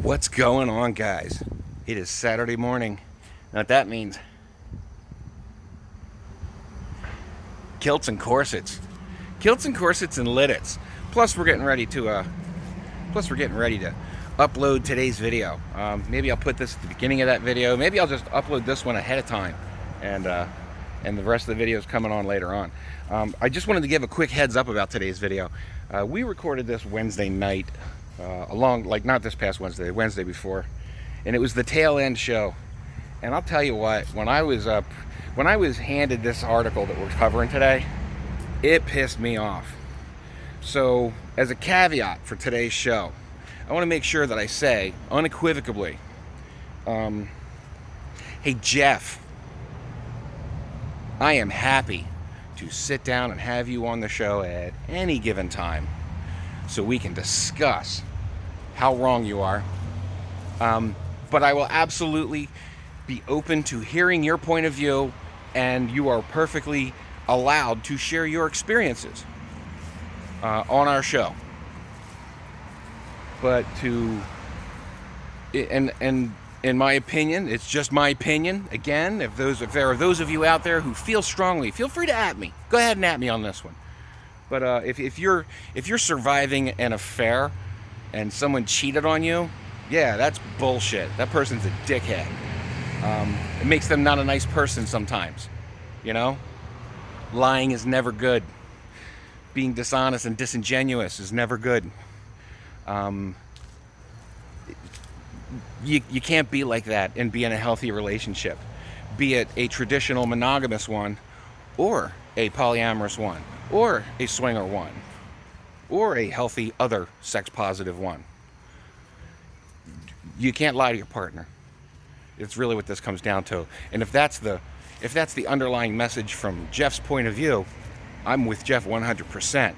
What's going on, guys? It is Saturday morning. Now, what that means kilts and corsets, kilts and corsets and liddits. Plus, we're getting ready to uh, plus we're getting ready to upload today's video. Um, maybe I'll put this at the beginning of that video. Maybe I'll just upload this one ahead of time, and uh, and the rest of the videos coming on later on. Um, I just wanted to give a quick heads up about today's video. Uh, we recorded this Wednesday night, uh, along like not this past Wednesday, Wednesday before, and it was the tail end show. And I'll tell you what, when I was up, when I was handed this article that we're covering today, it pissed me off. So, as a caveat for today's show, I want to make sure that I say unequivocally, um, "Hey Jeff, I am happy to sit down and have you on the show at any given time so we can discuss how wrong you are. Um, but I will absolutely be open to hearing your point of view, and you are perfectly allowed to share your experiences uh, on our show. But to, and, and, in my opinion, it's just my opinion. Again, if those if there are those of you out there who feel strongly, feel free to at me. Go ahead and at me on this one. But uh, if, if you're if you're surviving an affair and someone cheated on you, yeah, that's bullshit. That person's a dickhead. Um, it makes them not a nice person sometimes. You know, lying is never good. Being dishonest and disingenuous is never good. Um, you, you can't be like that and be in a healthy relationship, be it a traditional monogamous one, or a polyamorous one, or a swinger one, or a healthy other sex positive one. You can't lie to your partner. It's really what this comes down to. And if that's the if that's the underlying message from Jeff's point of view, I'm with Jeff 100%.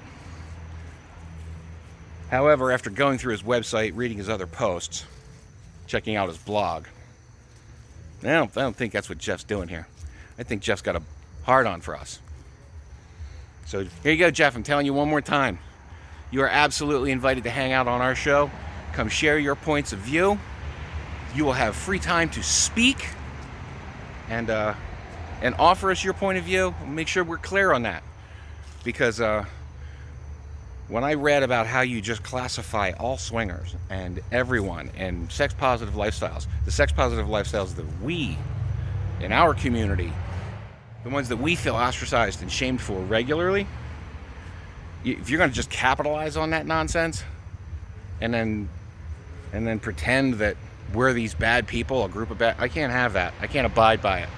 However, after going through his website, reading his other posts, checking out his blog. I don't, I don't think that's what Jeff's doing here. I think Jeff's got a hard on for us. So here you go, Jeff. I'm telling you one more time. You are absolutely invited to hang out on our show. Come share your points of view. You will have free time to speak and uh, and offer us your point of view. Make sure we're clear on that. Because uh, when I read about how you just classify all swingers and everyone and sex positive lifestyles, the sex positive lifestyles that we in our community, the ones that we feel ostracized and shamed for regularly, if you're going to just capitalize on that nonsense and then and then pretend that we're these bad people, a group of bad I can't have that. I can't abide by it.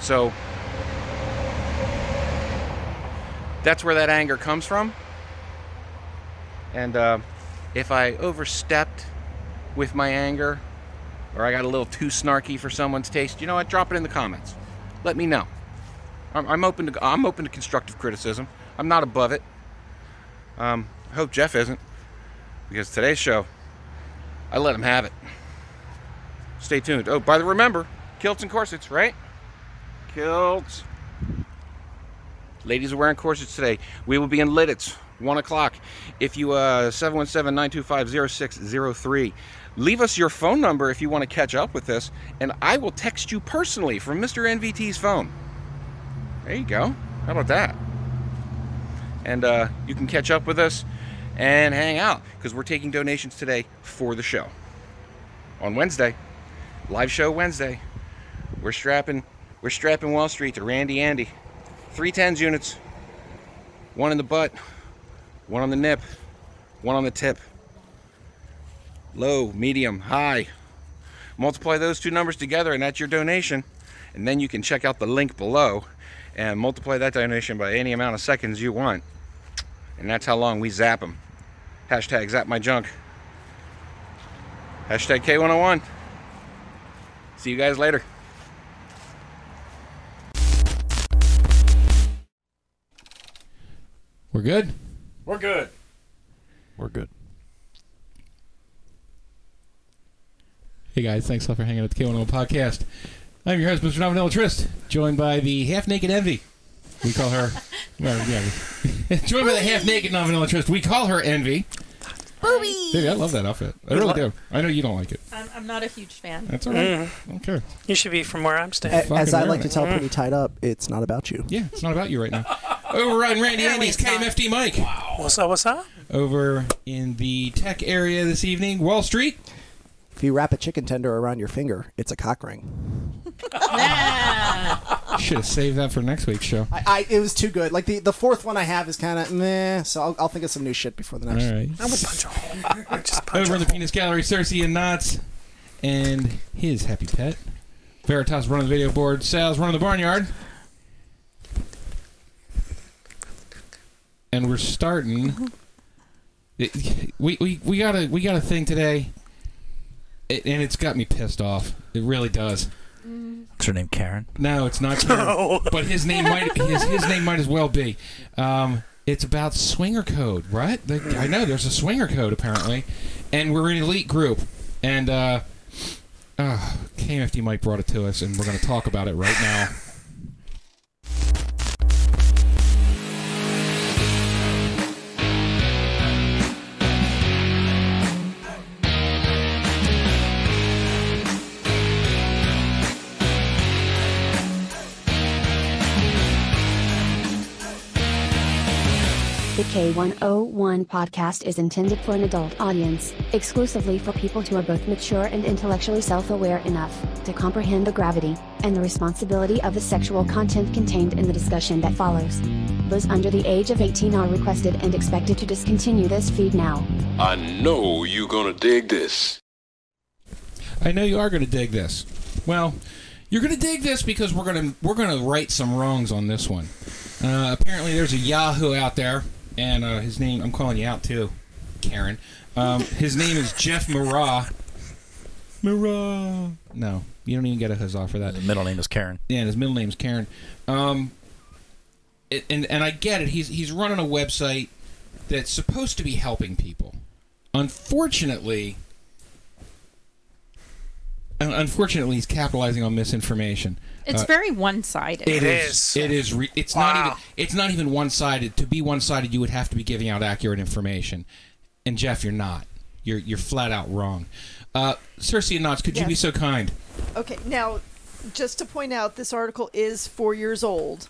So that's where that anger comes from. And uh, if I overstepped with my anger or I got a little too snarky for someone's taste, you know what? Drop it in the comments. Let me know. I'm, I'm open to I'm open to constructive criticism. I'm not above it. Um, I hope Jeff isn't, because today's show, I let him have it. Stay tuned. Oh, by the remember, kilts and corsets, right? Kilts. Ladies are wearing corsets today. We will be in Lidditz, 1 o'clock. If you, uh, 717 925 0603. Leave us your phone number if you want to catch up with this, and I will text you personally from Mr. NVT's phone. There you go. How about that? And uh, you can catch up with us and hang out because we're taking donations today for the show. On Wednesday, live show Wednesday, we're strapping we're strapping Wall Street to Randy Andy. Three tens units, one in the butt, one on the nip, one on the tip. Low, medium, high. Multiply those two numbers together, and that's your donation. And then you can check out the link below and multiply that donation by any amount of seconds you want. And that's how long we zap them. Hashtag zap my junk. Hashtag K101. See you guys later. We're good. We're good. We're good. Hey guys, thanks a lot for hanging out with the K101 podcast. I'm your host, Mr. Nominella Trist, joined by the half naked Envy. We call her. well, yeah. joined by the half naked Nominella Trist. We call her Envy. Boobies. Baby, I love that outfit. I really do. I know you don't like it. I'm, I'm not a huge fan. That's all right. I don't care. You should be from where I'm standing. A- as I wear like it. to tell Pretty Tied Up, it's not about you. Yeah, it's not about you right now. Over on Randy Apparently Andy's it's not. KMFD Mike. What's up? What's up? Over in the tech area this evening, Wall Street. If you wrap a chicken tender around your finger, it's a cock ring. Nah. Should have saved that for next week's show. I, I it was too good. Like the, the fourth one I have is kind of meh. So I'll, I'll think of some new shit before the All next. right. I would punch a hole. I would just punch Over a in the hole. Penis Gallery, Cersei and Knotts, and his happy pet. Veritas running the video board. Sal's running the barnyard. And we're starting. It- we, we, we got a we got a thing today, it, and it's got me pissed off. It really does. What's her name? Karen. No, it's not. Karen, But his name might his, his name might as well be. Um, it's about swinger code, right? Like, I know there's a swinger code apparently, and we're an elite group, and uh, uh, KMFD Mike brought it to us, and we're going to talk about it right now. The K101 podcast is intended for an adult audience, exclusively for people who are both mature and intellectually self aware enough to comprehend the gravity and the responsibility of the sexual content contained in the discussion that follows. Those under the age of 18 are requested and expected to discontinue this feed now. I know you're gonna dig this. I know you are going to dig this. Well, you're going to dig this because we're going to we're going to right some wrongs on this one. Uh, apparently, there's a Yahoo out there, and uh, his name I'm calling you out too, Karen. Um, his name is Jeff Marat. Marat. No, you don't even get a huzzah for that. The middle name is Karen. Yeah, and his middle name's Karen. Um, it, and and I get it. He's he's running a website that's supposed to be helping people. Unfortunately, un- unfortunately, he's capitalizing on misinformation. It's Uh, very one-sided. It is. It is. Re- it's not Wow. even. It's not even one-sided. To be one-sided, you would have to be giving out accurate information. And Jeff, you're not. You're you're flat out wrong. Uh, Cersei and Knots, could you be Yes. so kind? Okay, now, just to point out, this article is four years old.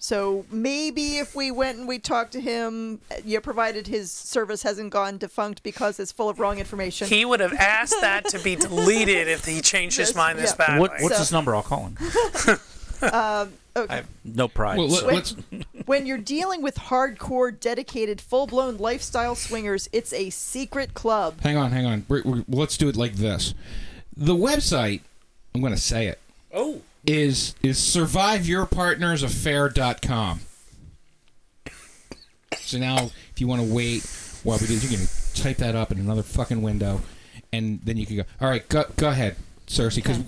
So maybe if we went and we talked to him, uh, yeah, provided his service hasn't gone defunct because it's full of wrong information. He would have asked that to be deleted if he changed his Yes, mind this yeah. badly. What, what's So- his number? I'll call him. okay. No pride. Well, let, so- let's when you're dealing with hardcore, dedicated, full-blown lifestyle swingers, it's a secret club. Hang on, hang on. We're, we're, let's do it like this. The website, I'm going to say it. Oh. Is is surviveyourpartnersaffair.com. So now, if you want to wait while we do, this, you can type that up in another fucking window, and then you can go. All right, go, go ahead, Cersei, because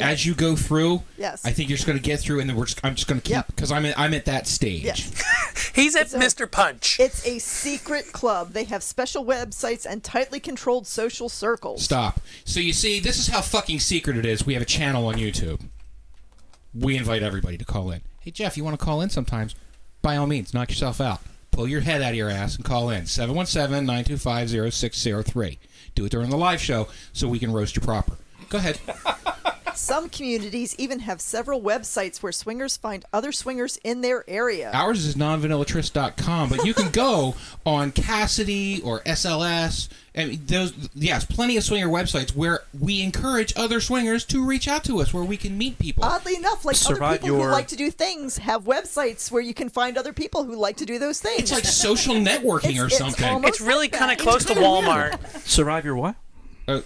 as you go through, Yes. I think you're just going to get through, and then we're just, I'm just going to keep Yep. because I'm at, I'm at that stage. Yes. He's at So- Mr. Punch. It's a secret club. They have special websites and tightly controlled social circles. Stop. So you see, this is how fucking secret it is. We have a channel on YouTube. We invite everybody to call in. Hey Jeff, you want to call in sometimes? By all means, knock yourself out. Pull your head out of your ass and call in 717-925-0603. Do it during the live show so we can roast you proper. Go ahead. Some communities even have several websites where swingers find other swingers in their area. Ours is nonvanillatrist.com, but you can go on Cassidy or SLS. And those, yes, plenty of swinger websites where we encourage other swingers to reach out to us, where we can meet people. Oddly enough, like Survive other people your- who like to do things have websites where you can find other people who like to do those things. It's like social networking It's- or it's something. almost- It's really like kind of that. close to Walmart. survive your what? uh,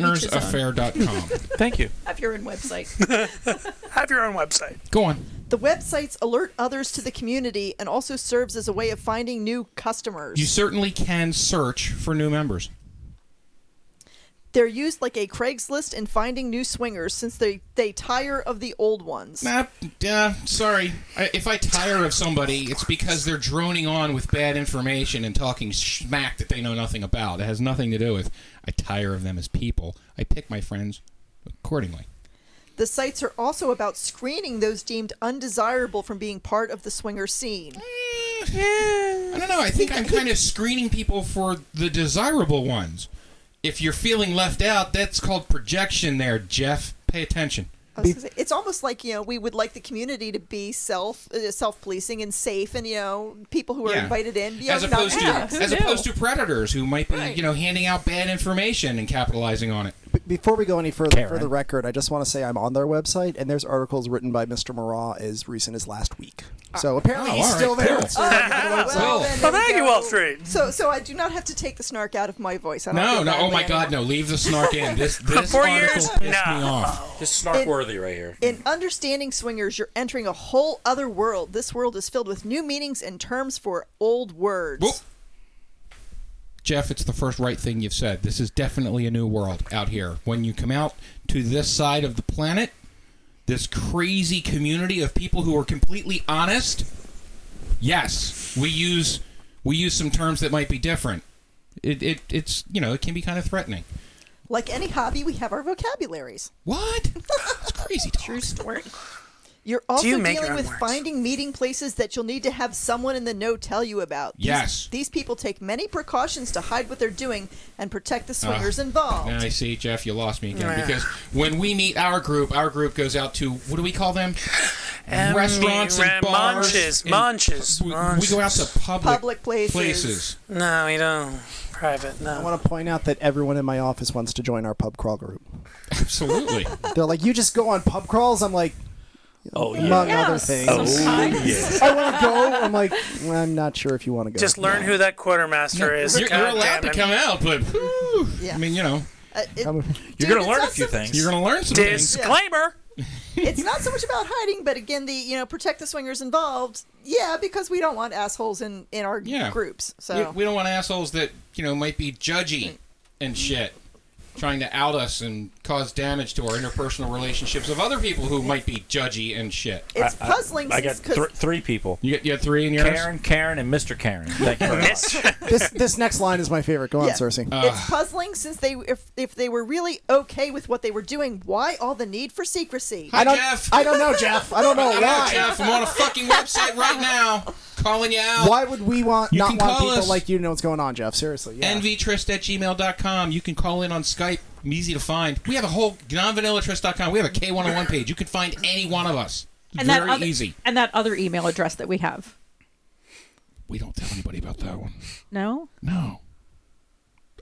surviveyourpartnersaffair.com. Thank you. Have your own website. Have your own website. Go on. the websites alert others to the community and also serves as a way of finding new customers. You certainly can search for new members. They're used like a Craigslist in finding new swingers since they, they tire of the old ones. Nah, Uh, yeah, sorry. I, if I tire of somebody, it's because they're droning on with bad information and talking smack that they know nothing about. It has nothing to do with I tire of them as people. I pick my friends accordingly. The sites are also about screening those deemed undesirable from being part of the swinger scene. I don't know. I think I'm kind of screening people for the desirable ones. If you're feeling left out, that's called projection there, Jeff. Pay attention. I was gonna say, it's almost like you know we would like the community to be self uh, self policing and safe, and you know people who are Yeah. invited in be As on- not opposed to jerks. who as knew? opposed to predators who might be, Right. you know, handing out bad information and capitalizing on it. B- before we go any further, for Karen. the record, I just want to say I'm on their website, and there's articles written by Mr. Marat as recent as last week. So apparently Oh, he's all right, still there. cool. So- Ah, well, Cool. then Well, there we thank you, go. all three. So, so I do not have to take the snark out of my voice. I don't No, feel no. Oh badly my God, no. anymore. Leave the snark in. This this Four article years? pissed me No. off. This is snark worthy right here. In understanding swingers, you're entering a whole other world. This world is filled with new meanings and terms for old words. Whoop. Jeff, it's the first right thing you've said. This is definitely a new world out here. When you come out to this side of the planet, this crazy community of people who are completely honest, yes, we use we use some terms that might be different. It, it it's you know it can be kind of threatening. Like any hobby, we have our vocabularies. What? It's crazy. Talk. True story. You're also you make your dealing own with words? finding meeting places that you'll need to have someone in the know tell you about. These- Yes. These people take many precautions to hide what they're doing and protect the swingers involved. Now I see, Jeff, you lost me again because when we meet our group, our group goes out to what do we call them? Um, Restaurants and ra- bars. munches, and munches, we, we go out to public, Public places. places. No, we don't. Private, I no. want to point out that everyone in my office wants to join our pub crawl group. Absolutely. They're like, you just go on pub crawls? I'm like, Oh, among Yeah, other things. sometimes. I want to go. I'm like, well, I'm not sure if you want to go. Just learn who that quartermaster is. you're, you're God allowed to damn it. come out, but whew, I mean, you know, Uh, it- I'm- You're Dude, going to learn a it's few awesome. things. you're gonna learn some things. Disclaimer. it's not so much about hiding, but again, the you know protect the swingers involved. Yeah, because we don't want assholes in in our Yeah. groups. So We, we don't want assholes that you know might be judgy and shit, trying to out us and cause damage to our interpersonal relationships of other people who might be judgy and shit. it's puzzling. I got because thr three people. You get you got three in yours. Karen, Karen, and Mr. Karen. Thank you very much. this this next line is my favorite. Go on, Yeah. Cersei. Uh, it's puzzling since they if if they were really okay with what they were doing, why all the need for secrecy? I don't. Jeff. I don't know, Jeff. I don't know Come out, why. Jeff. I'm on a fucking website right now, calling you out. Why would we want You not can want call people us. like you to know what's going on, Jeff? Seriously, yeah. nvtrist at gmail.com. You can call in on Skype. I'm easy to find. We have a whole nonvanillatrist.com. We have a K101 page. You can find any one of us. It's And Very that other, easy. And that other email address that we have. We don't tell anybody about that one. No. No.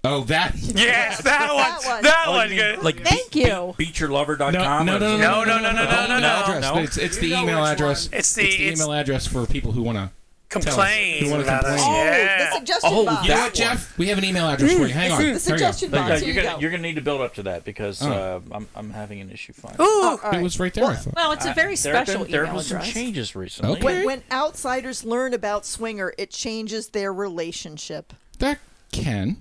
Oh, that. Yeah, that That one. one. That Oh, one. you mean, good. like Thank beat- you. Beat, beatyourlover.com. No, no, no, or- no, no, No, no, no, no, no, no, Oh, address. no. but It's, it's the You know email which address. one. It's the- it's- email address for people who want to. Complain You wanna about us. complain. Oh, Yeah. the suggestion Oh, box. You know That what, Jeff? We have an email address for you. Hang on. Hmm. The, There you suggestion go. There you Uh, box. go. Here you're you gonna go. you're gonna need to build up to that because Oh. uh, I'm I'm having an issue finding. Ooh, All It right. was right there, I thought. Well, it's a very there have special been, there have email been some address. changes recently. Okay. When, when outsiders learn about swinger, it changes their relationship. That can.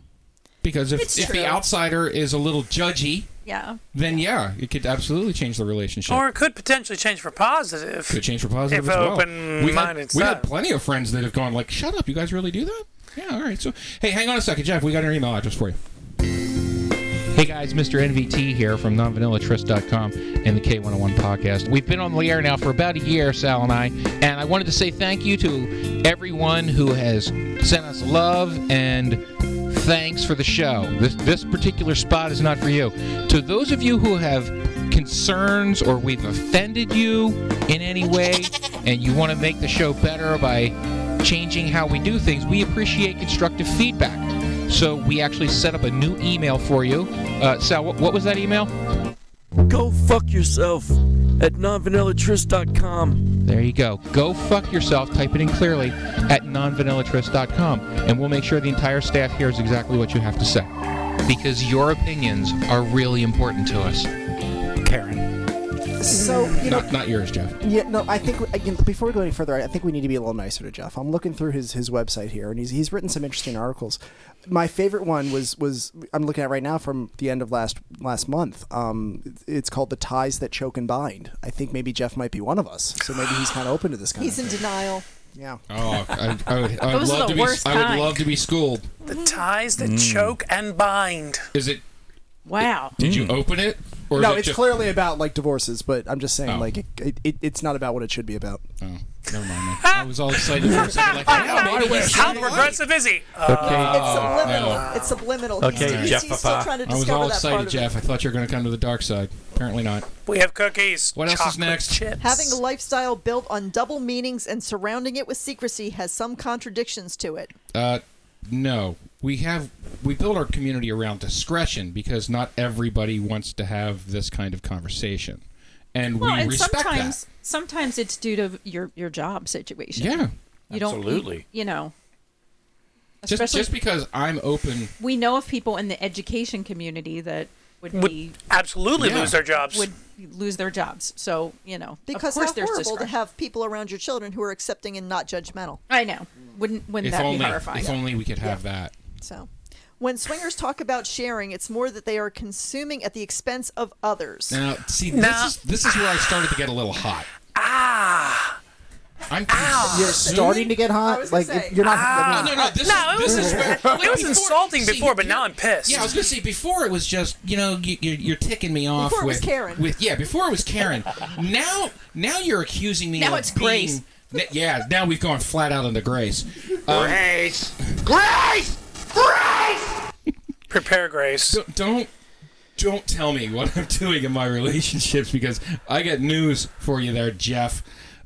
Because if, It's if true. the outsider is a little judgy, Yeah. then yeah, it could absolutely change the relationship. or it could potentially change for positive. could change for positive If as well. open we've had, minded we've had stuff. plenty of friends that have gone like, "Shut up, you guys really do that?" Yeah, all right. So, hey, hang on a second, Jeff. We got an email address for you. Hey guys, Mr. NVT here from nonvanillatrust.com and the K101 podcast. We've been on the air now for about a year, Sal and I, and I wanted to say thank you to everyone who has sent us love and thanks for the show. This, this particular spot is not for you. To those of you who have concerns or we've offended you in any way and you want to make the show better by changing how we do things, we appreciate constructive feedback. So we actually set up a new email for you. Uh, Sal, what, what was that email? Go fuck yourself at nonvanillatrist.com. There you go. Go fuck yourself. Type it in clearly at nonvanillatrist.com, and we'll make sure the entire staff hears exactly what you have to say. Because your opinions are really important to us. Karen. So you know, Not, not yours, Jeff. yeah, no. I think again, before we go any further, I think we need to be a little nicer to Jeff. I'm looking through his his website here, and he's he's written some interesting articles. My favorite one was was I'm looking at right now from the end of last last month. Um, it's called "The Ties That Choke and Bind." I think maybe Jeff might be one of us, so maybe he's kind of open to this kind He's of in thing. denial. yeah. Oh, I, I would, I Those are the worst kind. to be schooled. Mm. The ties that choke and bind. Is it? Wow. Hmm. Did you open it? Or is no, it it's just- clearly about like divorces, but I'm just saying Oh. like it, it, it, it's not about what it should be about. Oh, never mind. Then. I was all excited for a second. Like, I know, maybe he's How right. progressive is he? it's subliminal. It's subliminal. Oh, Okay, he's, he's- Jeff he's still trying to I was all discover that part excited, of Jeff. I thought you were going to come to the dark side. Apparently not. We have cookies. What else is chocolate next? Chips. Having a lifestyle built on double meanings and surrounding it with secrecy has some contradictions to it. Uh, no, we have we build our community around discretion because not everybody wants to have this kind of conversation, and Well, we and respect sometimes sometimes it's due to your your job situation. Yeah. you don't Absolutely. You, you know, that. Just especially- just because I'm open, we know of people in the education community that would, Would be absolutely Yeah. lose their jobs. Would lose their jobs. So you know, Because of course how there's horrible to discretion. have people around your children who are accepting and not judgmental. I know. Wouldn't if wouldn't that only be horrifying? if only we could have that. So, when swingers talk about sharing, it's more that they are consuming at the expense of others. Now, see, Now- this is this is where I started to get a little hot. Ah. I'm You're starting to get hot. Like say. you're not. Ah. I mean- No, no, this No, is- it was this is- it was insulting before, but now I'm pissed. Yeah, I was gonna say before it was just you know you, you're, you're ticking me off. Before it with, was Karen. With yeah, before it was Karen. now now you're accusing me. Now of it's being, n- yeah, now we've gone flat out into Grace. Um, Grace. Grace. Grace. Prepare, Grace. don't, don't don't tell me what I'm doing in my relationships because I got news for you there, Jeff.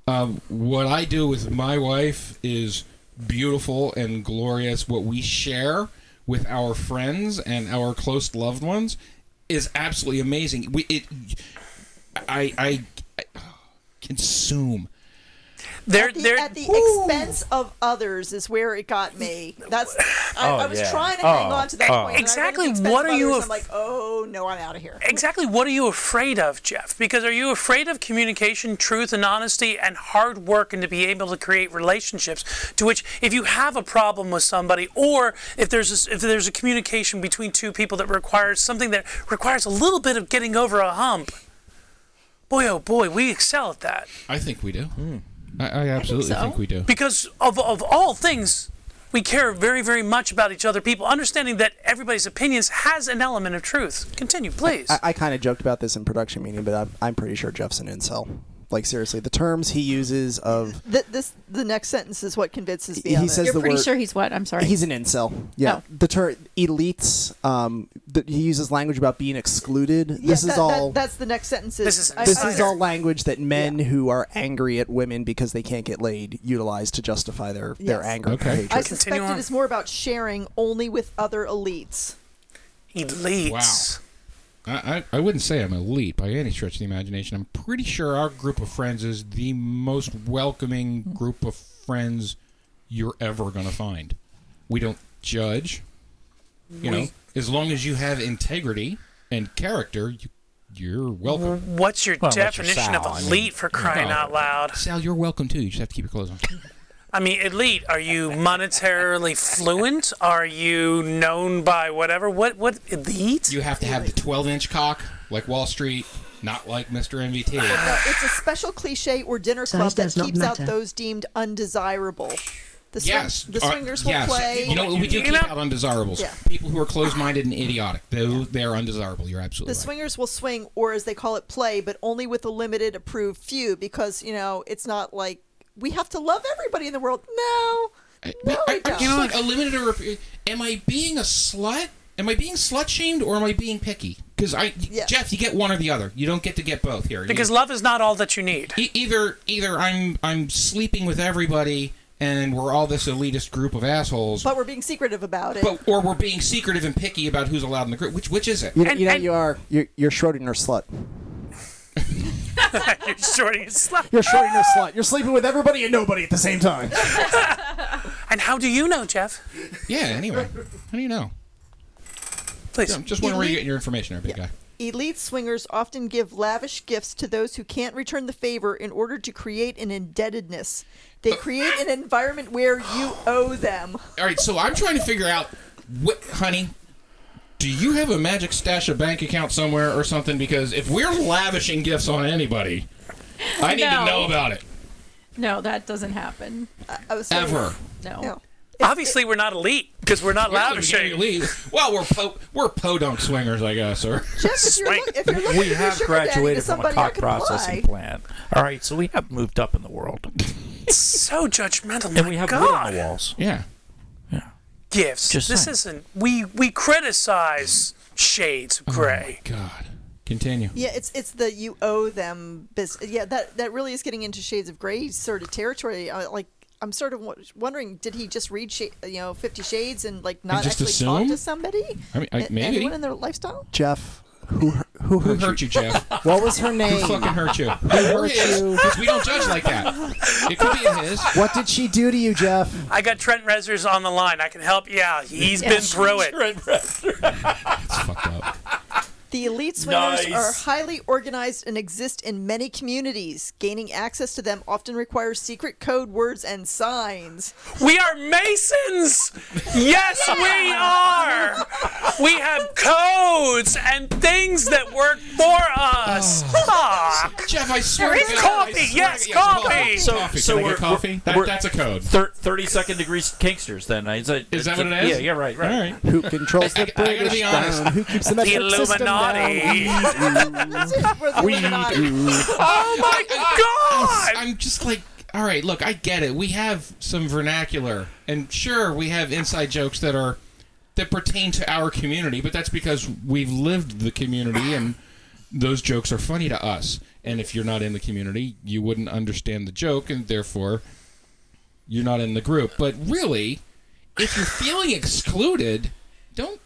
Um, what I do with my wife is beautiful and glorious. What we share with our friends and our close loved ones is absolutely amazing. We it I I, I consume. at the, at the expense of others is where it got me. That's I, Oh, I was yeah. trying to Oh, hang on to that oh. point. and I ran at the Exactly, expense what of are you others, af- I'm like, oh no, I'm out of here. Exactly. What are you afraid of, Jeff? Because are you afraid of communication, truth, and honesty, and hard work, and to be able to create relationships? To which, if you have a problem with somebody, or if there's a, if there's a communication between two people that requires something that requires a little bit of getting over a hump, boy, oh boy, we excel at that. I think we do. I, I absolutely so. think we do. Because of, of all things, we care very, very much about each other people, understanding that everybody's opinions has an element of truth. Continue, please. I, I kind of joked about this in production meeting, but I'm, I'm pretty sure Jeff's an incel. Like seriously, the terms he uses of Th- this the next sentence is what convinces me. He of it. says You're the pretty word- sure he's what? I'm sorry. he's an incel. Yeah, the term elites. Um, th- he uses language about being excluded. Yeah, this is that- that- all. that's the next sentence. This is this is all language that men who are angry at women because they can't get laid utilize to justify their, their Yes. anger. Okay. and hatred. I suspect it is more about sharing only with other elites. Elites. I, I, I wouldn't say I'm elite by any stretch of the imagination. I'm pretty sure our group of friends is the most welcoming group of friends you're ever going to find. We don't judge. You know, We- as long as you have integrity and character, you, you're welcome. What's your definition of elite for crying out loud? Sal, you're welcome too. You just have to keep your clothes on. I mean, elite. Are you monetarily fluent? Are you known by whatever? What? What? Elite? You have to have the 12 inch cock, like Wall Street, not like Mr. But MVT. no, it's a special cliche or dinner Size club that does not keeps out matter. those deemed undesirable. The, swing- yes. the uh, swingers will yes. play. You know, we do keep out undesirables. Yeah. People who are closed minded and idiotic, they're, they're undesirable. You're absolutely The swingers will swing, or as they call it, play, but only with a limited approved few because, you know, it's not like we have to love everybody in the world. No. No, I, I'm just like a limited. Or, am I being a slut? Am I being slut shamed or am I being picky? Because I, Jeff, you get one or the other. You don't get to get both here. Because You- love is not all that you need. e- either either I'm I'm sleeping with everybody and we're all this elitist group of assholes, But we're being secretive about it. but- or we're being secretive and picky about who's allowed in the group. Which which is it? you know, you, know you are you're, you're Schrodinger slut. You're shorting and slut. You're Schrodinger slut. You're sleeping with everybody and nobody at the same time. And how do you know, Jeff? Yeah. Anyway, how do you know? Please. I'm just wondering where you get your information, there, big guy. Elite swingers often give lavish gifts to those who can't return the favor in order to create an indebtedness. They create an environment where you owe them. All right, so I'm trying to figure out, what, honey, do you have a magic stash of bank account somewhere or something? Because if we're lavishing gifts on anybody, I need No. to know about it. Oh, No, that doesn't happen. I was Ever. No. Obviously, we're not elite because we're not We're loud not or getting shit. lead. Well, we're po- we're podunk swingers, I guess, or Jeff, if you're, look, if you're looking we for have sugar daddy to graduated from a somebody I cock could processing processing. plant. All right, so we have moved up in the world, So judgmental. and my we have wood God. on the walls. yeah. Gifts. Just this saying. isn't. We we criticize shades Mm-hmm. of gray. God, continue. Yeah, it's it's the you owe them business. Yeah, that that really is getting into shades of gray sort of territory. I, like I'm sort of w- wondering, did he just read sh- you know Fifty Shades and like not just actually assume? talk to somebody? I mean, I- A- maybe. anyone in their lifestyle. Jeff, who hurt- who Who hurt, hurt you, Jeff? What was her Who name? fucking hurt you? Who hurt you? Because we don't judge like that. It could be his. What did she do to you, Jeff? I got Trent Reznors on the line. I can help you out. He's been through it. It's fucked up. The elite swingers Nice. are highly organized and exist in many communities. Gaining access to them often requires secret code words and signs. We are Masons! Yes, we are! We have codes and things that work for us. Ah, Jeff, I swear There is to God. coffee. I swear to Yes, God, coffee. So, coffee. so Can I we're- get coffee? That, we're- that's a code. Thir- Thirty second degrees kinksters. Then is that, Is that what it is? Yeah, yeah, right, right. All right. Who controls the I- I gotta British be honest. down? Who keeps the metric system Illuminati. down? We're the Illuminati. Oh my I- god! I'm just like, all right, look, I get it. We have some vernacular, and sure, we have inside jokes that are that pertain to our community, but that's because we've lived the community, and those jokes are funny to us. And if you're not in the community, you wouldn't understand the joke, and therefore, you're not in the group. But really, if you're feeling excluded, don't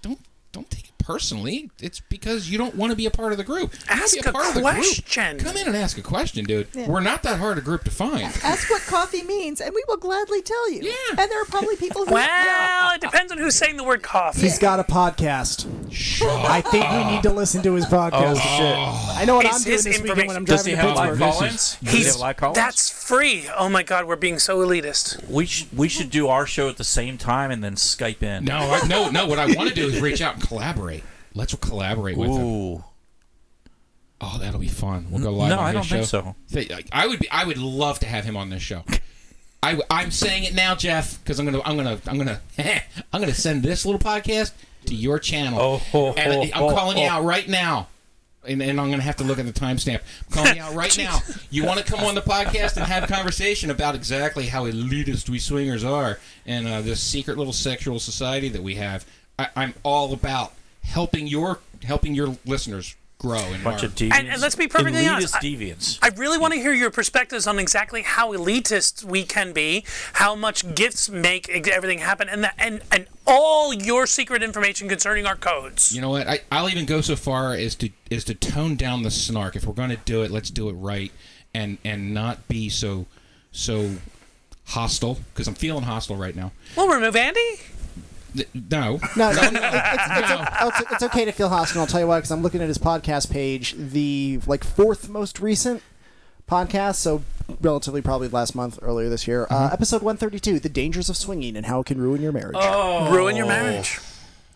don't don't take it personally. It's because you don't want to be a part of the group. You wanna Ask be a part of the group. question. Come in and ask a question, dude. We're not that hard a group to find. Ask what coffee means, and we will gladly tell you. Yeah. And there are probably people who. Well, it depends on who's saying the word coffee. He's got a podcast. I think we need to listen to his podcast. Oh, shit. I know what It's I'm doing his this weekend when I'm Does he driving to have live Pittsburgh. call-ins? Does he He's, have live call-ins? that's free. Oh my god, we're being so elitist. we should we should do our show at the same time and then Skype in. No, I, no, no. What I want to do is reach out and collaborate. Let's collaborate with them. Ooh, Oh, that'll be fun. We'll go live. No, on I his don't think show. so. Say, like, I would be. I would love to have him on this show. I, am saying it now, Jeff, because I'm gonna, I'm gonna, I'm gonna, I'm gonna send this little podcast to your channel. Oh, ho, and I- I'm ho, calling you ho. out right now. And, and I'm going to have to look at the timestamp. I'm calling you out right now. You want to come on the podcast and have a conversation about exactly how elitist we swingers are and uh, this secret little sexual society that we have. I, I'm all about helping your helping your listeners grow. And bunch learn. of deviants. And, and let's be perfectly elitist honest. I- deviants. I really want to hear your perspectives on exactly how elitist we can be, how much gifts make everything happen, and the, and and all your secret information concerning our codes. You know what? I, I'll even go so far as to is to tone down the snark. If we're going to do it, let's do it right and and not be so so hostile because I'm feeling hostile right now. We'll remove Andy. Th- no, No, no, no. It's, it's, it's, it's, it's okay to feel hostile. I'll tell you why, because I'm looking at his podcast page, the like fourth most recent podcast, so relatively probably last month, earlier this year, uh, episode 132, "The Dangers of Swinging and How It Can Ruin Your Marriage." Ruin your marriage. Oh.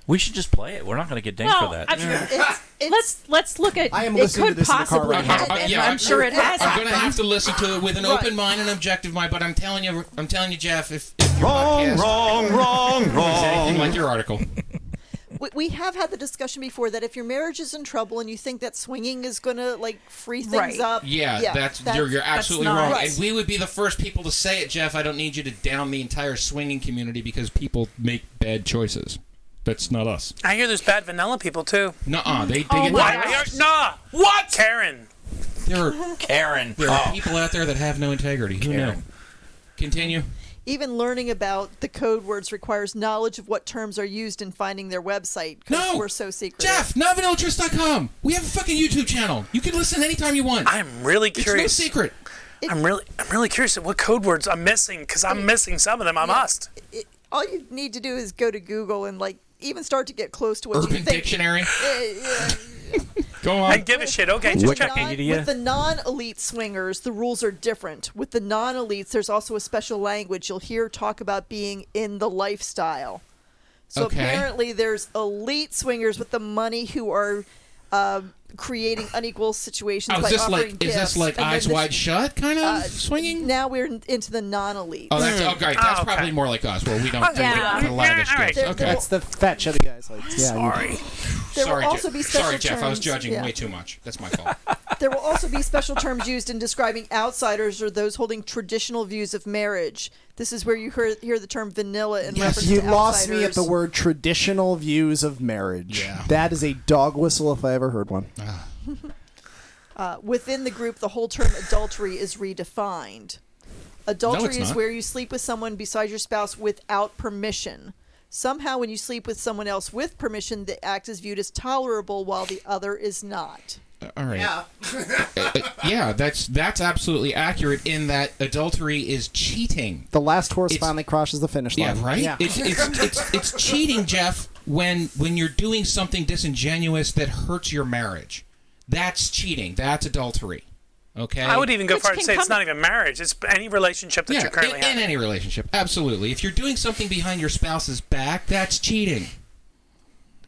We should just play it. We're not going to get dinged Well, for that. I mean, let's let's look at. I am it listening could to this in the car possibly right now. happen. Uh, yeah, I'm, I'm- sure it has I'm happened. going to have to listen to it with an open mind and objective mind. But I'm telling you, I'm telling you, Jeff, if, if your podcast Wrong, wrong, is wrong. anything like your article, We, we have had the discussion before that if your marriage is in trouble and you think that swinging is going to like free things Right. up, yeah, that's, you're you're absolutely not- wrong. Right. And we would be the first people to say it, Jeff. I don't need you to down the entire swinging community because people make bad choices. That's not us. I hear there's bad vanilla people too. Nuh-uh. They, they Oh, get wow. I hear, nah. What? Karen. there are, Karen. Oh. there Oh. are people out there that have no integrity. Who knew? Karen. Continue. even learning about the code words requires knowledge of what terms are used in finding their website. 'cause No, we're so secret. Jeff, NotVanillaTrist.com. We have a fucking YouTube channel. You can listen anytime you want. I'm really it's no curious. secret. I'm really, I'm really curious at what code words I'm missing because I'm missing some of them. I must. It- all you need to do is go to Google and like even start to get close to what you Urban think. Dictionary. Yeah, yeah. Go I on. give a shit. Okay, With just the checking. non- With the non-elite swingers, the rules are different. With the non-elites, there's also a special language you'll hear talk about being in the lifestyle. So Okay. apparently, there's elite swingers with the money who are. um creating unequal situations Oh, is by this offering like- gifts. is this like and then Eyes this- uh, Wide Shut kind of swinging? Now we're in- into the non-elite. Oh, that's okay. That's probably more like us, where we don't Mm. Oh, do yeah. the lavish Yeah, all right. gifts. Okay. That's the fat chubby guys. Like, yeah, Sorry. There will Sorry, also Jeff. be special Sorry, Jeff. I was terms, judging yeah. way too much. That's my fault. Uh, There will also be special terms used in describing outsiders or those holding traditional views of marriage. This is where you hear, hear the term vanilla in reference you to lost outsiders. me at the word traditional views of marriage. That is a dog whistle if I ever heard one. Uh, within the group, the whole term adultery is redefined. No, Adultery it's is not. where you sleep with someone besides your spouse without permission. Somehow, when you sleep with someone else with permission, the act is viewed as tolerable while the other is not. All right. Yeah. Uh, uh, yeah, that's that's absolutely accurate in that adultery is cheating. The last horse It's- finally crosses the finish line. Yeah, right. It's, it's, it's, it's cheating, Jeff. When when you're doing something disingenuous that hurts your marriage, that's cheating. That's adultery. Okay. I would even go Which far to can say it's come- not even marriage. It's any relationship that yeah, you're currently in, having. in any relationship, absolutely. If you're doing something behind your spouse's back, that's cheating.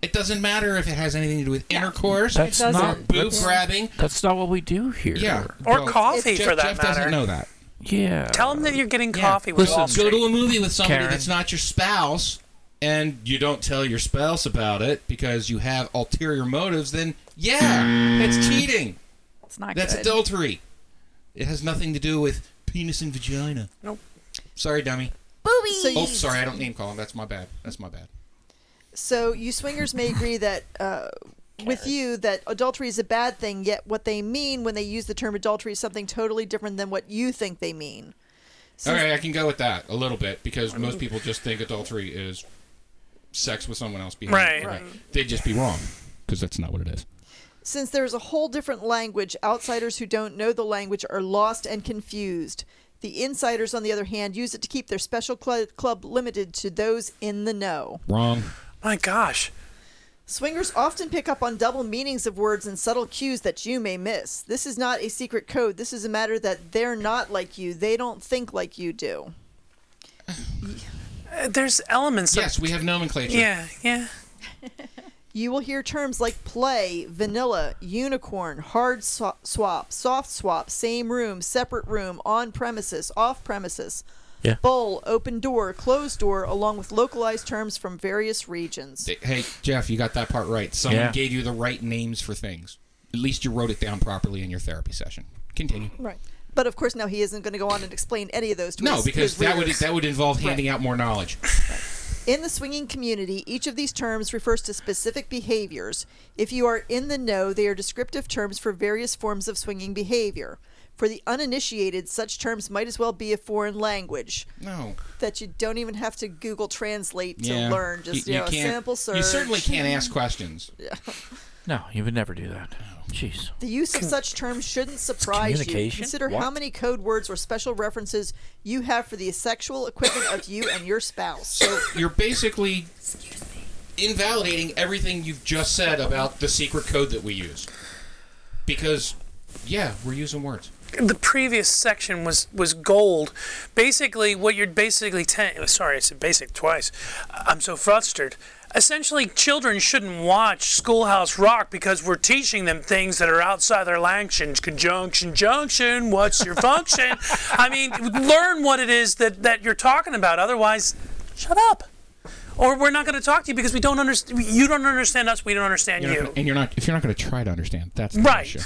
It doesn't matter if it has anything to do with intercourse, That's or not boob that's- grabbing. That's not what we do here. Yeah. Or Well, coffee, Jeff- for that Jeff doesn't matter. know that. Yeah. Tell them that you're getting coffee with Listen, Wall go Street. to a movie with somebody Karen. that's not your spouse, and you don't tell your spouse about it because you have ulterior motives. Then yeah, that's cheating. It's not That's good. adultery. It has nothing to do with penis and vagina. Nope. Sorry, dummy. Boobies. So you- oh, sorry, I don't name call him. That's my bad. That's my bad. So you swingers may agree that uh, with you that adultery is a bad thing, yet what they mean when they use the term adultery is something totally different than what you think they mean. All right, I can go with that a little bit because most people just think adultery is sex with someone else behind. Right. They'd just be wrong because that's not what it is. Since there is a whole different language, outsiders who don't know the language are lost and confused. The insiders, on the other hand, use it to keep their special cl- club limited to those in the know. Wrong. My gosh. Swingers often pick up on double meanings of words and subtle cues that you may miss. This is not a secret code. This is a matter that they're not like you. They don't think like you do. Uh, there's elements. of- Yes, we have nomenclature. Yeah, yeah. You will hear terms like play, vanilla, unicorn, hard swa- swap, soft swap, same room, separate room, on premises, off premises, Yeah. bull, open door, closed door, along with localized terms from various regions. Hey, Jeff, you got that part right. Someone Yeah. gave you the right names for things. At least you wrote it down properly in your therapy session. Continue. Right. But of course, now he isn't going to go on and explain any of those to No, his- because his that would readers. that would involve handing out more knowledge. In the swinging community, each of these terms refers to specific behaviors. If you are in the know, they are descriptive terms for various forms of swinging behavior. For the uninitiated, such terms might as well be a foreign language No. that you don't even have to Google Translate to Yeah. learn. Just you, know, a can't- sample search. You certainly can't ask questions. No, you would never do that. Jeez. The use of such terms shouldn't surprise you. communication? Consider What? how many code words or special references you have for the sexual equivalent of you and your spouse. So you're basically invalidating everything you've just said about the secret code that we use. Because yeah, we're using words. the previous section was was gold. Basically, what you're basically ten. Sorry, I said basic twice. I'm so flustered. Essentially, children shouldn't watch Schoolhouse Rock because we're teaching them things that are outside their language. Conjunction, junction. What's your function? I mean, learn what it is that that you're talking about. Otherwise, shut up. Or we're not going to talk to you because we don't understand. You don't understand us. We don't understand You're not you. gonna- and you're not if you're not going to try to understand. That's the Right. issue.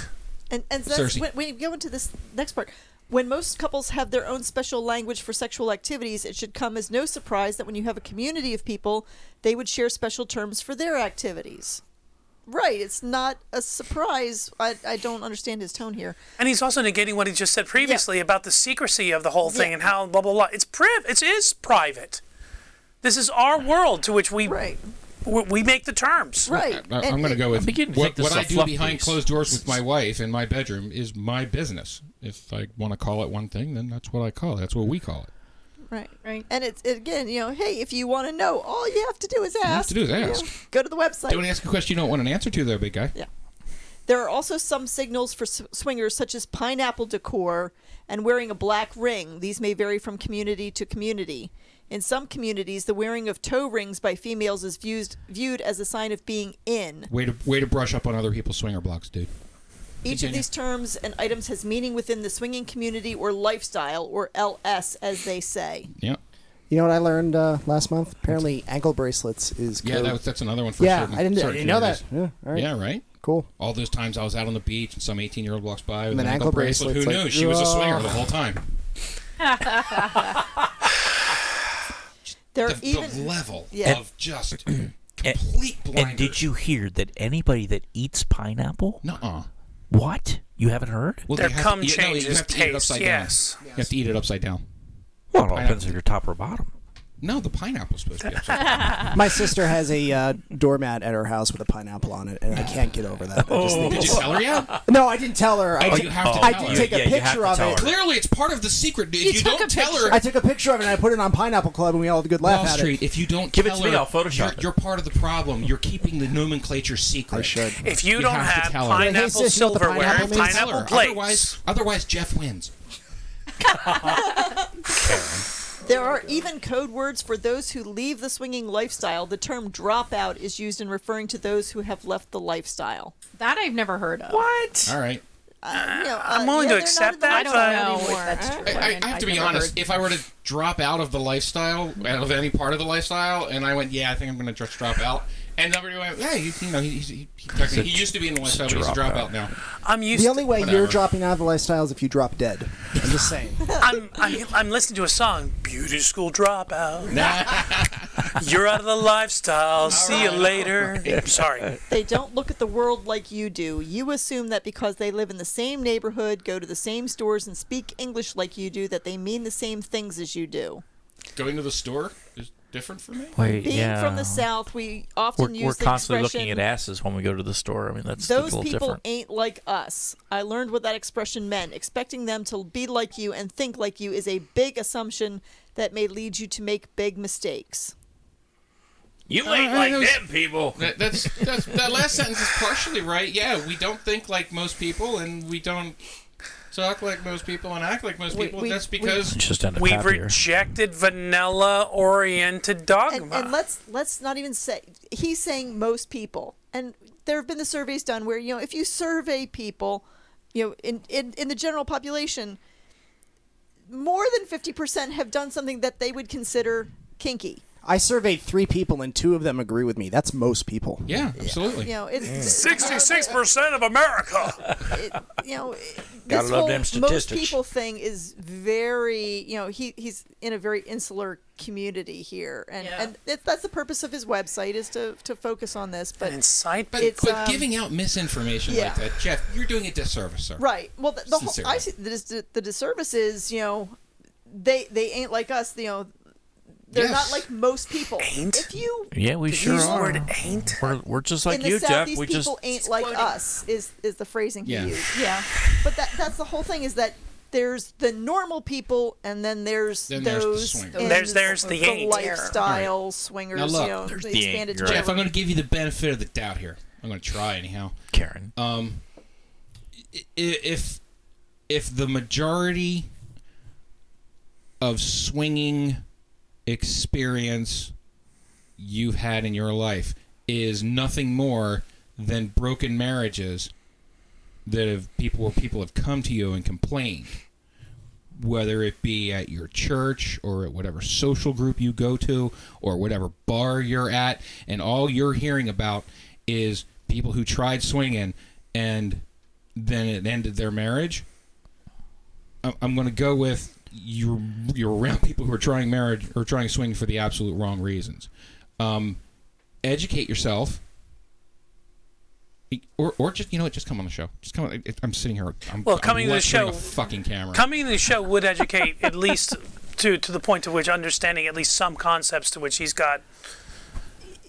And and so that's Cersei. when, when you go into this next part, when most couples have their own special language for sexual activities, it should come as no surprise that when you have a community of people, they would share special terms for their activities. Right, it's not a surprise. I, I don't understand his tone here. And he's also negating what he just said previously about the secrecy of the whole thing Yeah. and how blah blah blah. It's priv. It is private. This is our world to which we we, we make the terms. Right. I, I'm going to go with beginning to what, think this what is I a do fluff behind piece. closed doors with my wife in my bedroom is my business. If I want to call it one thing, then that's what I call it. That's what we call it. Right, right. And it's again, you know, hey, if you want to know, all you have to do is ask. have to do is you know, ask. Go to the website. don't ask a question you don't want an answer to, there, big guy. Yeah. There are also some signals for s- swingers, such as pineapple decor and wearing a black ring. These may vary from community to community. In some communities, the wearing of toe rings by females is viewed, viewed as a sign of being in. Way to way to brush up on other people's swinger blocks, dude. Each of Continue. these terms and items has meaning within the swinging community or lifestyle, or LS as they say. Yeah. You know what I learned uh, last month? Apparently, ankle bracelets is Yeah, code. that was, that's another one for yeah. certain. I didn't, I certain didn't know that. communities. Yeah, all right. Yeah, right. Cool. All those times I was out on the beach and some 18 year old walks by with With an ankle, bracelet. Who it's knew like, she was a swinger "Whoa." the whole time? There The- are the even level yeah. of just complete And blinders. did you hear that anybody that eats pineapple? Nuh-uh. What? You haven't heard? Well, Their you have to cum eat it- no, you changes have to eat it taste, upside yes. Down. You have to eat it upside down. Well, it all depends if you're top or bottom. No, the pineapple's supposed to be upside down. My sister has a uh, doormat at her house with a pineapple on it, and I can't get over that. I just think Oh. Did you it's- tell her yet? No, I didn't tell her. Oh, I, you have to I tell did her. take a Yeah, you have picture to of tell it. her. Clearly, it's part of the secret. If you, took a don't tell picture. her, I took a picture of it and I put it on Pineapple Club and we all had a good laugh Wall at Street, if you don't Give it tell to me, her, I'll Photoshop you're, it. you're part of the problem. You're keeping the nomenclature secret. I should. If you, You don't have to have, tell her. pineapple Hey, sis, you know what the silverware pineapple and means? Tell pineapple her. plates, Otherwise, otherwise Jeff wins. There are even code words for those who leave the swinging lifestyle. The term dropout is used in referring to those who have left the lifestyle. That I've never heard of. what? All right. You know, I'm uh, willing yeah, to they're accept not in the that, I don't but- know if lifestyle anymore. that's true. I, I, I have to be honest. If I were to drop out of the lifestyle, out of any part of the lifestyle, and I went, yeah, I think I'm going to just drop out, and everybody went, hey, you, you know, he, he, he, technically- he used to be in the lifestyle, but he's a dropout now. I'm used it. The to only way Whatever. you're dropping out of the lifestyle is if you drop dead. I'm just saying. I'm, I'm, I'm listening to a song, Beauty School Dropout. Nah. You're out of the lifestyle. See you later. I'm sorry. They don't look at the world like you do. You assume that because they live in the same neighborhood, go to the same stores, and speak English like you do, that they mean the same things as you do. Going to the store is different for me. Wait, Being from the South, we often We're, use we're the constantly expression, looking at asses when we go to the store. I mean, that's a Those little people different. ain't like us. I learned what that expression meant. Expecting them to be like you and think like you is a big assumption that may lead you to make big mistakes. You ain't like them people. That, that's, that's that last sentence is partially right. Yeah, we don't think like most people, and we don't talk like most people, and act like most We- people. we- that's we- because Just end up We've happier. rejected vanilla oriented dogma. and, and let's let's not even say he's saying most people and there have been the surveys done where you know if you survey people you know in in, in the general population more than 50% have done something that they would consider kinky I surveyed three people and two of them agree with me. That's most people. yeah, absolutely. you know it's Mm. 66% of America. you know Gotta this love whole them most statistics. people thing is very you know he he's in a very insular community here and Yeah. and it, that's the purpose of his website is to to focus on this but Incite But, It's, but um, giving out misinformation like yeah. that, Jeff, you're doing a disservice, sir. Right. Well, the, the whole Sincerely. I see the, dis- the disservice is you know they they ain't like us. You know they're Yes. not like most people. Ain't? If you yeah, we sure Use the are. word ain't. We're, we're just in like the you, south, Jeff. these We just people ain't like us is is the phrasing Yeah. he used. Yeah. But that that's the whole thing is that. There's the normal people, and then there's Then there's the those swingers. in There's- there's the ain't. lifestyle swingers, Now look, you know, there's the the ain't, expanded you're right. Jeff, I'm going to give you the benefit of the doubt here. I'm going to try anyhow. Karen. Um, i- if if the majority of swinging experience you've had in your life is nothing more than broken marriages that have people where people have come to you and complained, whether it be at your church or at whatever social group you go to or whatever bar you're at, and all you're hearing about is people who tried swinging and then it ended their marriage. I- I'm going to go with you're you're around people who are trying marriage or trying swinging for the absolute wrong reasons. Um, educate yourself. Or, or just you know what just come on the show just come on I- I'm sitting here I'm, Well, I'm coming to the lecturing show- a fucking camera Coming to the show would educate at least to, to the point to which understanding at least some concepts to which he's got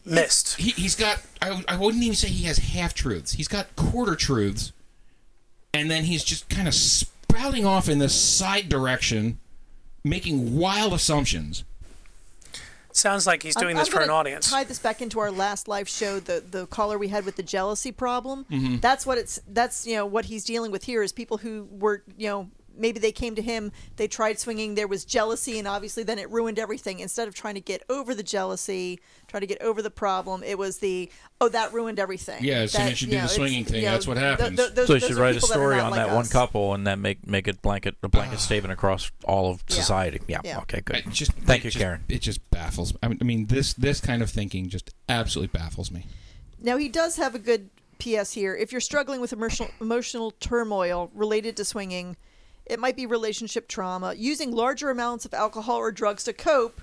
missed. he, he's got I, I wouldn't even say he has half truths he's got quarter truths and then he's just kind of spouting off in this side direction making wild assumptions Sounds like he's doing I'm- this I'm for an gonna audience. Tie this back into our last live show, the the caller we had with the Mm-hmm. jealousy problem. That's what it's. That's you know what he's dealing with here is people who were you know maybe they came to him, they tried swinging, there was jealousy, and obviously then it ruined everything. Instead of trying to get over the jealousy, trying to get over the problem, it was the oh that ruined everything. Yeah, as soon That- as you do know, the it's- swinging thing, you know, that's what th- happens. th- those- so you those should are write a people that are story not on like that one us. couple and then make make it blanket a blanket statement across all of society. Yeah. Okay. Good. It just Thank it you, just- Karen. It just baffles. Me. I mean- I mean, this this kind of thinking just absolutely baffles me. Now he does have a good PS here. If you're struggling with emotional emotional turmoil related to swinging, it might be relationship trauma, using larger amounts of alcohol or drugs to cope,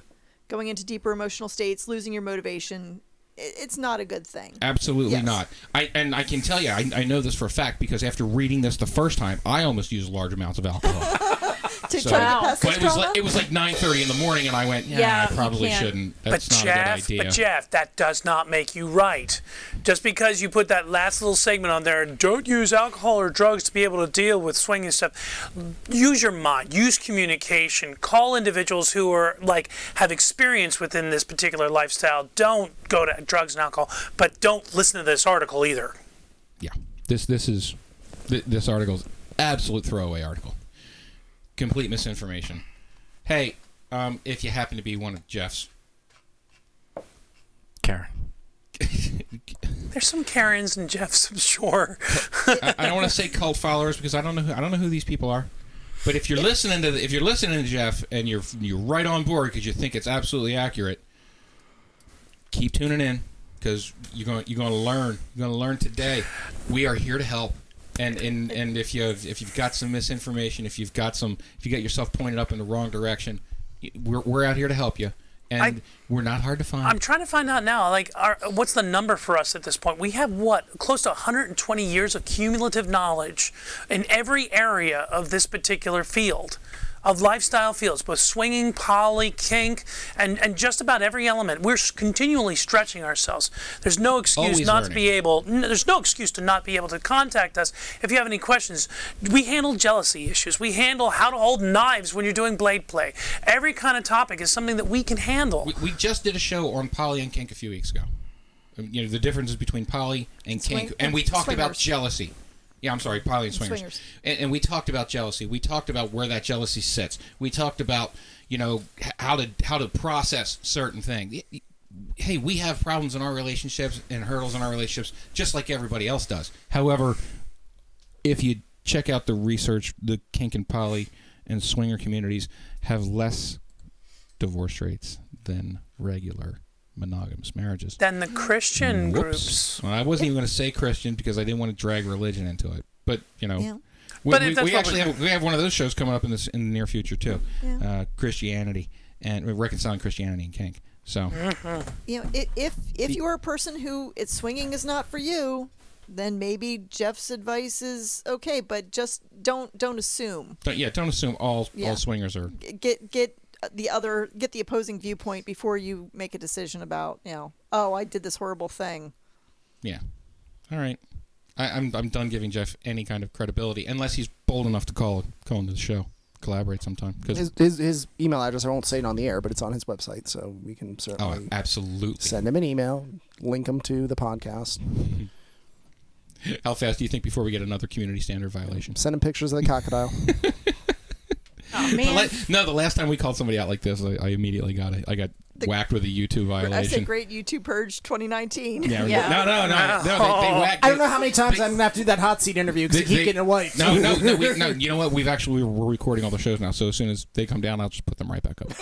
going into deeper emotional states, losing your motivation. It, it's not a good thing. Absolutely Yes. not. I and I can tell you, I, I know this for a fact because after reading this the first time, I almost used large amounts of alcohol. To So- try to pass but this it was trauma. like, it was like nine thirty in the morning, and I went, yeah, Yeah, I you probably can't. shouldn't. That's but not Jeff, a good idea. but Jeff, that does not make you right. Just because you put that last little segment on there, don't use alcohol or drugs to be able to deal with swinging stuff. Use your mind, use communication, call individuals who are like have experience within this particular lifestyle. Don't go to drugs and alcohol, but don't listen to this article either. yeah, this this is th- this article's absolute throwaway article. Complete misinformation. Hey, um, if you happen to be one of Jeff's, Karen. There's some Karens and Jeffs, I'm sure. I, I don't want to say cult followers because I don't know who, I don't know who these people are. But if you're listening to the, if you're listening to Jeff and you're you're right on board because you think it's absolutely accurate, keep tuning in because you're going you're going to learn you're going to learn today. We are here to help. And, and, and if you have, if you've got some misinformation, if you've got some if you got yourself pointed up in the wrong direction, y- we're, we're out here to help you, and I- we're not hard to find. I'm trying to find out now, like, our, what's the number for us at this point? We have what close to 120 years of cumulative knowledge in every area of this particular field, of lifestyle fields, both swinging, poly, kink, and and just about every element. We're s- continually stretching ourselves. There's no excuse Always not to learning. be able. n- there's no excuse to not be able to contact us if you have any questions. We handle jealousy issues. We handle how to hold knives when you're doing blade play. Every kind of topic is something that we can handle. We, we just did a show on poly and kink a few weeks ago. Um, You know the differences between poly and kink, Swing- and we talked about swingers. jealousy. Yeah, I'm sorry, poly and swingers. Swingers. And, and we talked about jealousy. We talked about where that jealousy sits. We talked about you know h- how to how to process certain things. Y- y- Hey, we have problems in our relationships and hurdles in our relationships, just like everybody else does. However, if you check out the research, the kink and poly and swinger communities have less divorce rates than regular monogamous marriages. than the Christian Whoops. groups. Well, I wasn't even going to say Christian because I didn't want to drag religion into it. But you know, Yeah. we, But if we, that's we what actually we- have we have one of those shows coming up in this in the near future too. Yeah. Uh, Christianity and reconciling Christianity and kink. So Mm. you know, i- if if you are a person who it's swinging is not for you, then maybe Jeff's advice is okay, but just don't don't assume. don't, yeah, don't assume all Yeah. all swingers are. G- Get get the other get the opposing viewpoint before you make a decision about you know oh I did this horrible thing. Yeah. All right. I, I'm I'm done giving Jeff any kind of credibility unless he's bold enough to call call into the show, collaborate sometime. Because His, his, his email address, I won't say it on the air, but it's on his website, so we can oh, certainly absolutely. send him an email, link him to the podcast, How fast do you think before we get another community standard violation? send him pictures of the crocodile. Oh, The man. la- no, the last time we called somebody out like this, I, I immediately got a, I got whacked with a YouTube violation. I said great YouTube purge 2019. Yeah, Yeah. No, no, no, no. They, they whacked. I don't know how many times I'm gonna have to do that hot seat interview because They, you keep they- getting away. No, no, no, we, no. You know what? We've actually we're recording all the shows now, so as soon as they come down, I'll just put them right back up.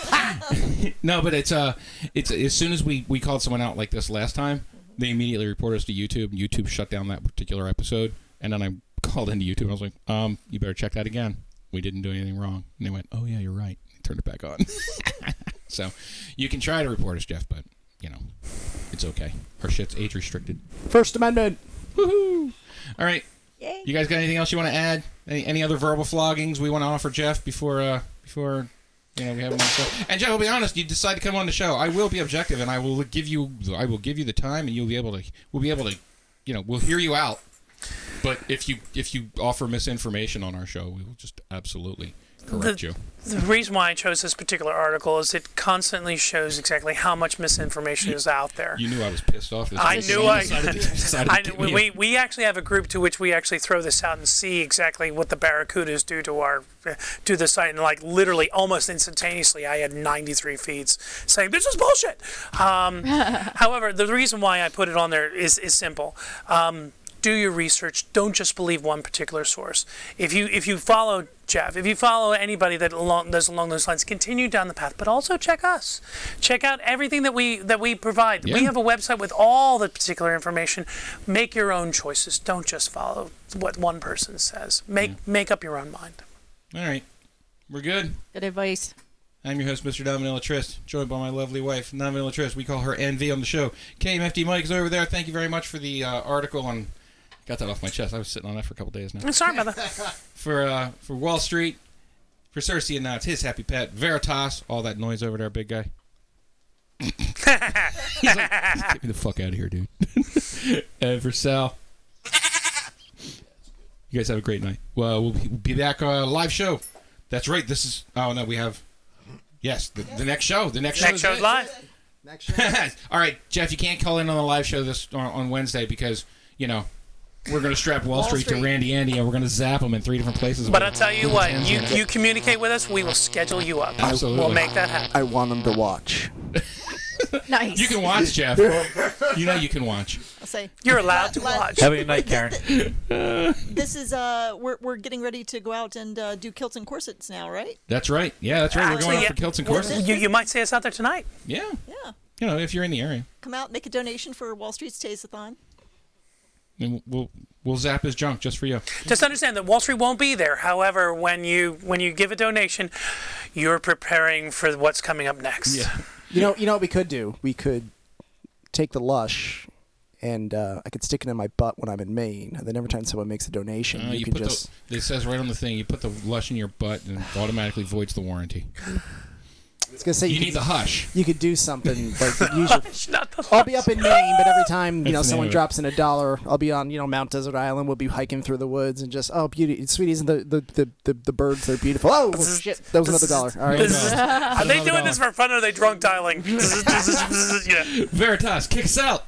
no, but it's uh, it's as soon as we we called someone out like this last time, they immediately reported us to YouTube. and YouTube shut down that particular episode, and then I called into YouTube. and I was like, um, you better check that again. We didn't do anything wrong, and they went, oh yeah, you're right. They turned it back on. so, you can try to report us, Jeff, but you know, it's okay. Our shit's age restricted. First Amendment. All right. You guys got anything else you want to add? Any, any other verbal floggings we want to offer Jeff before uh, before you know we have him on the show? And Jeff, I'll be honest. You decide to come on the show. I will be objective, and I will give you I will give you the time, and you'll be able to we'll be able to you know we'll hear you out. But if you if you offer misinformation on our show, we will just absolutely Correct the, you. The reason why I chose this particular article is it constantly shows exactly how much misinformation is out there. You knew I was pissed off. This I week, knew so you I. decided to- decided I to get we, me we, we actually have a group to which we actually throw this out and see exactly what the barracudas do to our to the site, and like literally almost instantaneously, I had 93 feeds saying this is bullshit. Um, however, the reason why I put it on there is is simple. Um, do your research. Don't just believe one particular source. If you if you follow Jeff, if you follow anybody that along those along those lines, continue down the path. But also check us. Check out everything that we that we provide. Yeah. We have a website with all the particular information. Make your own choices. Don't just follow what one person says. Make make up your own mind. All right. We're good. Good advice. I'm your host, Mr. Dominilla Trist, joined by my lovely wife, Dominilla Trist. We call her NV on the show. KMFD Mike is over there. Thank you very much for the uh, article on. Got that off my chest. I was sitting on that for a couple days now. I'm sorry about that. for uh, for Wall Street, for Cersei, and now it's his happy pet Veritas. All that noise over there, big guy. He's like, get me the fuck out of here, dude. and for Sal, you guys have a great night. Well, we'll be, we'll be back uh, live show. That's right. This is oh no, we have yes the, the next show. The next, Next show show's is live. All right, Jeff, you can't call in on the live show this on, on Wednesday because you know. We're going to strap Wall, Wall Street, Street. to Randy Andy, and we're going to zap him in three different places. But I'll tell you what, you, you communicate with us, we will schedule you up. Absolutely. We'll make that happen. I want them to watch. Nice. You can watch, Jeff. you know you can watch. I'll say You're allowed to La- la- watch. Have a good night, Karen. This is uh, we're we're getting ready to go out and uh, do kilts and corsets now, right? That's right. Yeah, that's right. We're going out for kilts and courses. You, you might see us out there tonight. Yeah. Yeah. You know, if you're in the area, Come out, make a donation for Wall Street's Taste-a-thon. then we'll we'll zap his junk just for you. Uh, Just understand that Wall Street won't be there. However, when you when you give a donation, you're preparing for what's coming up next. Yeah. You know, you know what we could do? We could take the lush, and uh, I could stick it in my butt when I'm in Maine. And then every time someone makes a donation, Uh, you, you could put just the, it says right on the thing. You put the lush in your butt and it automatically voids the warranty. I was gonna say You could- need the hush. You could do something like you use your. Not the I'll be up in Maine, but every time you That's know the name someone of it. drops in a dollar, I'll be on you know Mount Desert Island. We'll be hiking through the woods and just oh beauty, sweeties, and the the, the, the, the birds they're beautiful. Oh well, shit, that was another dollar. All right, This is- are they doing this for fun or are they drunk dialing? yeah. Veritas kicks out.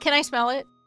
Can I smell it?